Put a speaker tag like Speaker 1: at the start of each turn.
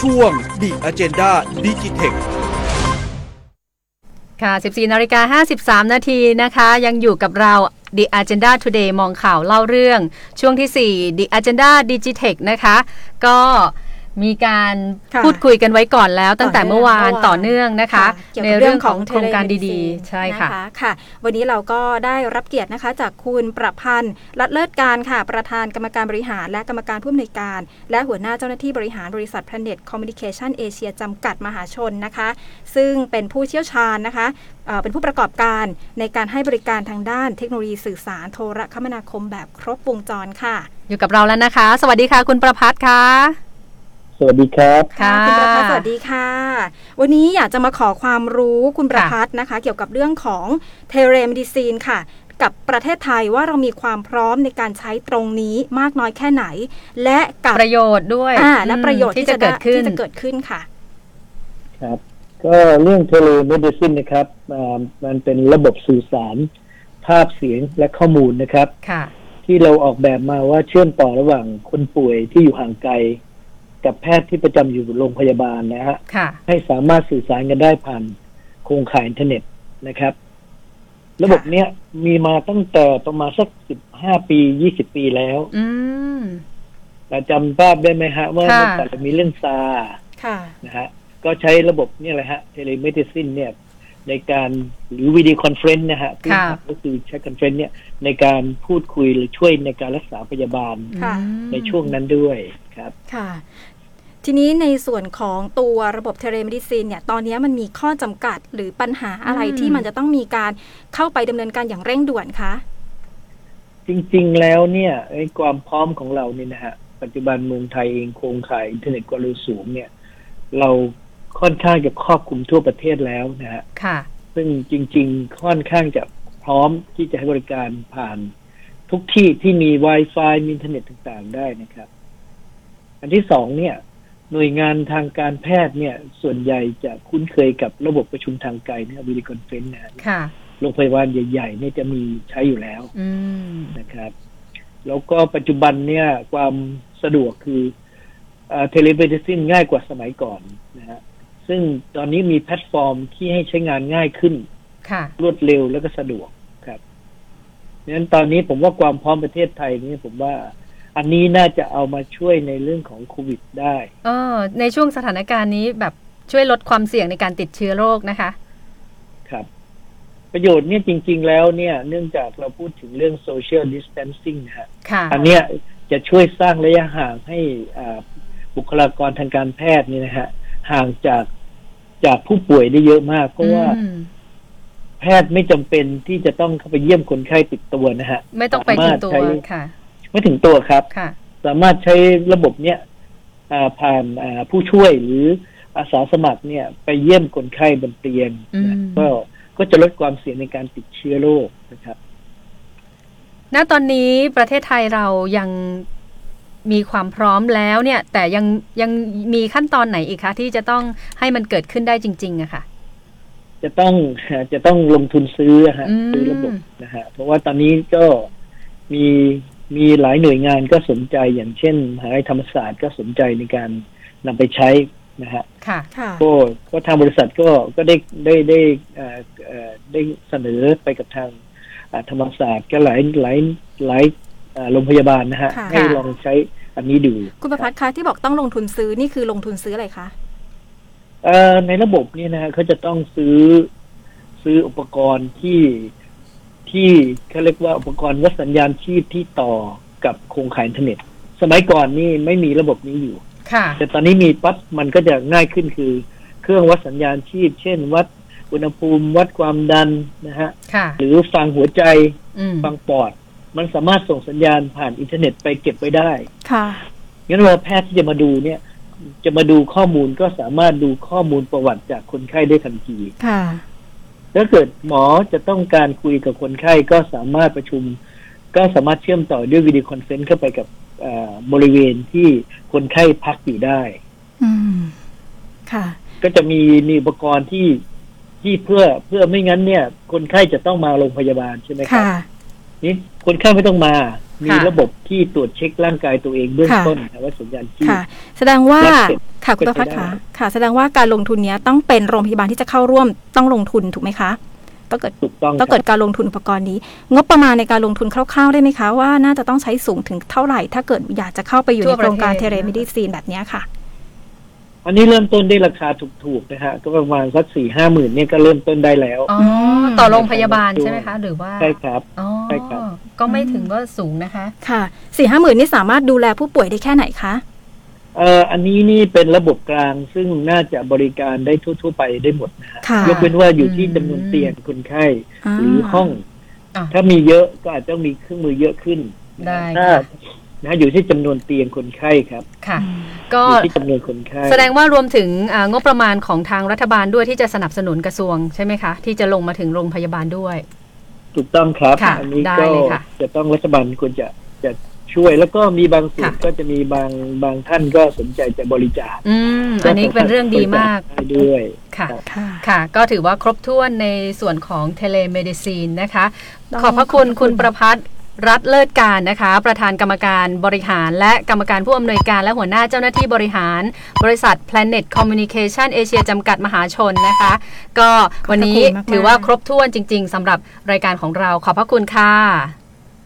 Speaker 1: ช่วงดีอเจนดาดิจิเทค
Speaker 2: ค่ะ 14นาฬิกา53 นาทีนะคะ ยังอยู่กับเรา The Agenda Today มองข่าวเล่าเรื่อง ช่วงที่ 4 The Agenda Digitech นะคะ ก็มีการ
Speaker 3: ค่ะ
Speaker 2: พูดคุยกันไว้ก่อนแล้วตั้งแต่
Speaker 3: ต่อเนื่อง
Speaker 2: เมื่อวาน
Speaker 3: เมื่อวาน
Speaker 2: ต่อเนื่องนะคะ
Speaker 3: เกี่ยว
Speaker 2: ใน
Speaker 3: กับ
Speaker 2: เรื่องของโครงการดี
Speaker 3: telemedicine
Speaker 2: ๆ ใช่ค่ะ
Speaker 3: นค่ะ วันนี้เราก็ได้รับเกียรตินะคะจากคุณประพันธ์รัตเลิศการค่ะ ประธานกรรมการบริหาร และกรรมการผู้อำนวยการ และหัวหน้าเจ้าหน้าที่บริหารบริษัท Planet Communication Asia จำกัดมหาชนนะคะ ซึ่งเป็นผู้เชี่ยวชาญนะคะเอ่อเป็นผู้ประกอบการในการให้บริการทางด้านเทคโนโลยีสื่อสารโทรคมนาคมแบบครบวงจรค่ะ
Speaker 2: อยู่กับเราแล้วนะคะ สวัสดีค่ะ คุณประพัฒน์ค่ะ
Speaker 4: สวัสดีครับ
Speaker 3: ค่ะ
Speaker 2: ค่ะ
Speaker 3: คุณประพัฒน์สวัสดีค่ะ วันนี้อยากจะมาขอความรู้คุณประพัฒน์นะคะ เกี่ยวกับเรื่องของเทเรมดิซีนค่ะ กับประเทศไทยว่าเรามีความพร้อมในการใช้ตรงนี้มากน้อยแค่ไหน และกับ
Speaker 2: ประโยชน์ด้วย
Speaker 3: อ่าและประโยชน์
Speaker 2: อืมที่
Speaker 3: ที่
Speaker 2: จะ
Speaker 3: จะ
Speaker 2: เกิดขึ้น
Speaker 3: ที่จะเกิดขึ้นค่ะ
Speaker 4: ครับ ก็เรื่องเทเลเมดิซินนะครับอ่ามันเป็นระบบสื่อสาร ภาพเสียงและข้อมูลนะครับ
Speaker 2: ค่ะ
Speaker 4: ที่เราออกแบบมาว่าเชื่อมต่อระหว่างคนป่วยที่อยู่ห่างไกล กับแพทย์ที่ประจำอยู่โรงพยาบาลนะฮะ
Speaker 2: ค่ะ
Speaker 4: ให้สามารถสื่อสารกันได้ผ่านโครงข่ายอินเทอร์เน็ตนะครับ ระบบเนี้ยมีมาตั้งแต่ประมาณสักสิบห้าปียี่สิบปีแล้ว
Speaker 2: อืม
Speaker 4: แต่จำภาพได้ไหมฮะ ว่า
Speaker 2: ค่ะ
Speaker 4: เมื่อก่อนเรามีเรื่องซา
Speaker 3: ค่ะ
Speaker 4: นะฮะก็ใช้ระบบเนี่ยแหละฮะเทเลเมดิซินเนี่ยในการหรือวิดีโอคอนเฟรนต์นะฮะ
Speaker 2: ค่ะ
Speaker 4: ก็คือใช้คอนเฟรนต์เนี่ยในการพูดคุยหรือช่วยในการรักษาพยาบาล
Speaker 3: ค่ะ
Speaker 2: อืม
Speaker 4: ในช่วงนั้นด้วยครับ
Speaker 3: ค่ะ ทีนี้ในส่วนของตัวระบบเทเลมดิซีนเนี่ย ตอนนี้มันมีข้อจำกัดหรือปัญหาอะไร
Speaker 2: อืม
Speaker 3: ที่มันจะต้องมีการเข้าไปดำเนินการอย่างเร่งด่วนคะ
Speaker 4: จริงๆแล้วเนี่ยไอ้ความพร้อมของเราเนี่ยนะฮะปัจจุบันเมืองไทยเองโครงข่ายอินเทอร์เน็ตความเร็วสูงเนี่ย เราค่อนข้างจะครอบคลุมทั่วประเทศแล้วนะฮะ
Speaker 2: ค่ะ
Speaker 4: ซึ่งจริง ๆ ค่อนข้างจะพร้อมที่จะให้บริการผ่านทุกที่ที่มี Wi-Fi มีอินเทอร์เน็ตต่างๆ ได้นะครับ อันที่สองเนี่ย หน่วยงานทางการแพทย์เนี่ย ส่วนใหญ่จะคุ้นเคยกับระบบประชุมทางไกลนะวิดีคอนเฟนต์นะฮะ
Speaker 2: ค่ะ
Speaker 4: โรงพยาบาลใหญ่ ๆ เนี่ยจะมีใช้อยู่แล้ว
Speaker 2: อืม
Speaker 4: นะครับ แล้วก็ปัจจุบันเนี่ย ความสะดวกคือเทเลเมดิซินง่ายกว่าสมัยก่อนนะฮะซึ่งตอนนี้มีแพลตฟอร์มที่ให้ใช้งานง่ายขึ้น
Speaker 2: ค่ะ
Speaker 4: รวดเร็วแล้วก็สะดวกครับดังนั้นตอนนี้ผมว่าความพร้อมประเทศไทยนี่ผมว่า อันนี้น่าจะเอามาช่วยในเรื่องของโควิดได้
Speaker 2: เออในช่วงสถานการณ์นี้แบบช่วยลดความเสี่ยงในการติดเชื้อโรคนะคะ
Speaker 4: ครับ ประโยชน์เนี่ยจริง ๆ แล้วเนี่ย เนื่องจากเราพูดถึงเรื่อง social distancing นะฮะ
Speaker 2: ค่ะ
Speaker 4: อันเนี้ยจะช่วยสร้างระยะห่างให้อ่าบุคลากรทางการแพทย์นี่นะฮะห่างจากจากผู้ป่วยได้เยอะมาก เพราะว่า
Speaker 2: อืม
Speaker 4: แพทย์ไม่จำเป็นที่จะต้องเข้าไปเยี่ยมคนไข้ติดตัวนะฮะ
Speaker 2: ไม่ต้องไปถึงตัว
Speaker 4: สามารถใช้
Speaker 2: ค่ะ
Speaker 4: ไม่ถึงตัวครับ
Speaker 2: ค่ะ
Speaker 4: สามารถใช้ระบบเนี่ยอ่าผ่านอ่าผู้ช่วยหรืออาสาสมัครเนี่ย ไปเยี่ยมคนไข้บนเตียง
Speaker 2: อืม
Speaker 4: นะก็ก็จะลดความเสี่ยงในการติดเชื้อโรคนะครับ
Speaker 2: ณตอนนี้ประเทศไทยเรายังมีความพร้อมแล้วเนี่ย แต่ยังยังมีขั้นตอนไหนอีกคะที่จะต้องให้มันเกิดขึ้นได้จริง ๆอะค่ะ
Speaker 4: จะต้อง จะต้องลงทุนซื้ออะฮะ
Speaker 2: อืม
Speaker 4: ซื้อระบบนะฮะเพราะว่าตอนนี้ก็มีมีหลายหน่วยงานก็สนใจอย่างเช่นมหาวิทยาลัยธรรมศาสตร์ก็สนใจในการนำไปใช้นะฮะ
Speaker 2: ค่ะ
Speaker 3: ค่ะ
Speaker 4: ก็ก็ทางบริษัทก็ก็ได้ได้ได้เอ่อเอ่อได้เสนอไปกับทางอ่าธรรมศาสตร์ก็หลายหลายหลายอ่าโรงพยาบาลนะฮะ
Speaker 3: ค่ะ
Speaker 4: ให้ลองใช้อันนี้ดู
Speaker 3: คุณประพัฒน์คะที่บอกต้องลงทุนซื้อนี่คือลงทุนซื้ออะไรคะ
Speaker 4: เอ่อในระบบเนี้นะฮะเขาจะต้องซื้อซื้ออุปกรณ์ที่ที่เขาเรียกว่าอุปกรณ์วัดสัญญาณชีพที่ต่อกับโครงข่ายอินเทอร์เน็ต สมัยก่อนนี่ไม่มีระบบนี้อยู่
Speaker 2: ค่ะ
Speaker 4: แต่ตอนนี้มีปั๊บมันก็จะง่ายขึ้นคือ เครื่องวัดสัญญาณชีพ เช่น วัดอุณหภูมิวัดความดันนะฮะ
Speaker 2: ค่ะ
Speaker 4: หรือฟังหัวใจ
Speaker 2: อืม
Speaker 4: ฟังปอด มันสามารถส่งสัญญาณผ่านอินเทอร์เน็ตไปเก็บไว้ได้
Speaker 3: ค่ะ
Speaker 4: งั้นเวลาแพทย์ที่จะมาดูเนี่ย จะมาดูข้อมูลก็สามารถดูข้อมูลประวัติจากคนไข้ได้ทันที
Speaker 3: ค่ะ
Speaker 4: ถ้าเกิดหมอจะต้องการคุยกับคนไข้ก็สามารถประชุม ก็สามารถเชื่อมต่อด้วยวิดีโอคอนเฟรนซ์เข้าไปกับเอ่อบริเวณที่คนไข้พักอยู่ได้
Speaker 3: อืม ค่ะ
Speaker 4: ก็จะมีมีอุปกรณ์ที่ที่เพื่อเพื่อไม่งั้นเนี่ย คนไข้จะต้องมาโรงพยาบาลใช่ไหมครับ
Speaker 3: ค่ะ
Speaker 4: นี่คนไข้ไม่ต้องมา มี
Speaker 2: ค่ะ
Speaker 4: ระบบที่ตรวจเช็คร่างกายตัวเองเบื้องต้นนะว่าสัญญาณชีพ
Speaker 3: ค่ะ แสดงว่า
Speaker 4: และเสร็จ
Speaker 3: ค่ะ ค่ะคุณประพัฒน์ค่ะค่ะ แสดงว่าการลงทุนเนี้ยต้องเป็นโรงพยาบาลที่จะเข้าร่วมต้องลงทุนถูกไหมคะต้องเกิด
Speaker 4: ถูกต้อง
Speaker 3: ต้อง
Speaker 4: ค
Speaker 3: เกิ
Speaker 4: รับ
Speaker 3: ดการลงทุนอุปกรณ์นี้ งบประมาณในการลงทุนคร่าวๆได้ไหมคะว่าน่าจะต้องใช้สูงถึงเท่าไหร่ ถ้าเกิดอยากจะเข้าไปอยู่
Speaker 2: ทั่วป
Speaker 3: ในโค
Speaker 2: ระเทศ
Speaker 3: รงการเทเลมดิซีนแบบเนี้ยค่ะ
Speaker 4: อันนี้เริ่มต้นได้ราคาถูกๆนะฮะก็ประมาณสักสี่ห้าหมื่นเนี่ยก็เริ่มต้นได้แล้ว
Speaker 2: อ๋อ
Speaker 3: ม
Speaker 2: ต่อโรงพยาบาลใช่ไหมคะหรือว่า
Speaker 4: ใช่ครับ
Speaker 2: อ๋อ
Speaker 4: ใช่ครับ
Speaker 2: ก็ไม่ถึงว่าสูงนะคะ
Speaker 3: ค่ะสี่ห้าหมื่นนี่สามารถดูแลผู้ป่วยได้แค่ไหนคะ
Speaker 4: เอ่ออันนี้นี่เป็นระบบกลางซึ่งน่าจะบริการได้ทั่ว ๆ ไปได้หมดนะฮะ
Speaker 3: ค่ะ
Speaker 4: ยกเว้นว่าอยู่ที่
Speaker 2: อืม
Speaker 4: จำนวนเตียงคนไข้
Speaker 3: อ่า
Speaker 4: หรือห้อง
Speaker 2: อ่ะ
Speaker 4: ถ้ามีเยอะก็อาจจะต้องมีเครื่องมือเยอะขึ้น
Speaker 2: ได้
Speaker 4: ถ้า
Speaker 2: ค่ะ
Speaker 4: นะอยู่ที่จำนวนเตียงคนไข้ครับ
Speaker 2: ค่ะ ก็
Speaker 4: อยู่ที่จำนวนคนไข้
Speaker 2: แสดงว่ารวมถึงอ่างบประมาณของทางรัฐบาลด้วยที่จะสนับสนุนกระทรวงใช่ไหมคะ ที่จะลงมาถึงโรงพยาบาลด้วย
Speaker 4: ถูกต้องครับ
Speaker 2: ค่ะ
Speaker 4: อันี้
Speaker 2: ได้
Speaker 4: ก็
Speaker 2: เลยค่ะ
Speaker 4: จะต้องรัฐบาลควรจะจะช่วยแล้วก็มีบางส่วน
Speaker 2: ค่ะ
Speaker 4: ก็จะมีบางบางท่านก็สนใจจะบริจาค
Speaker 2: อืมอันนี้เป็นเรื่องดีมาก
Speaker 4: บริจได้ด้วย
Speaker 2: ค่ะ
Speaker 3: ค่ะ
Speaker 2: ค่ะ ก็ถือว่าครบถ้วนในส่วนของเทเลเมดิซีนนะคะ
Speaker 3: ต้อง
Speaker 2: ขอบพระคุณ
Speaker 3: ขอบพระคุ
Speaker 2: คุณ ณประพัฒน์รัฐเลิศการนะคะ ประธานกรรมการบริหาร และกรรมการผู้อำนวยการและหัวหน้าเจ้าหน้าที่บริหาร บริษัท Planet Communication Asia จำกัดมหาชนนะคะ ก็วันนี้
Speaker 3: ขอบพระคุณมากๆ
Speaker 2: ถือว่าครบถ้วนจริง ๆสำหรับรายการของเราขอบพระคุณค่ะ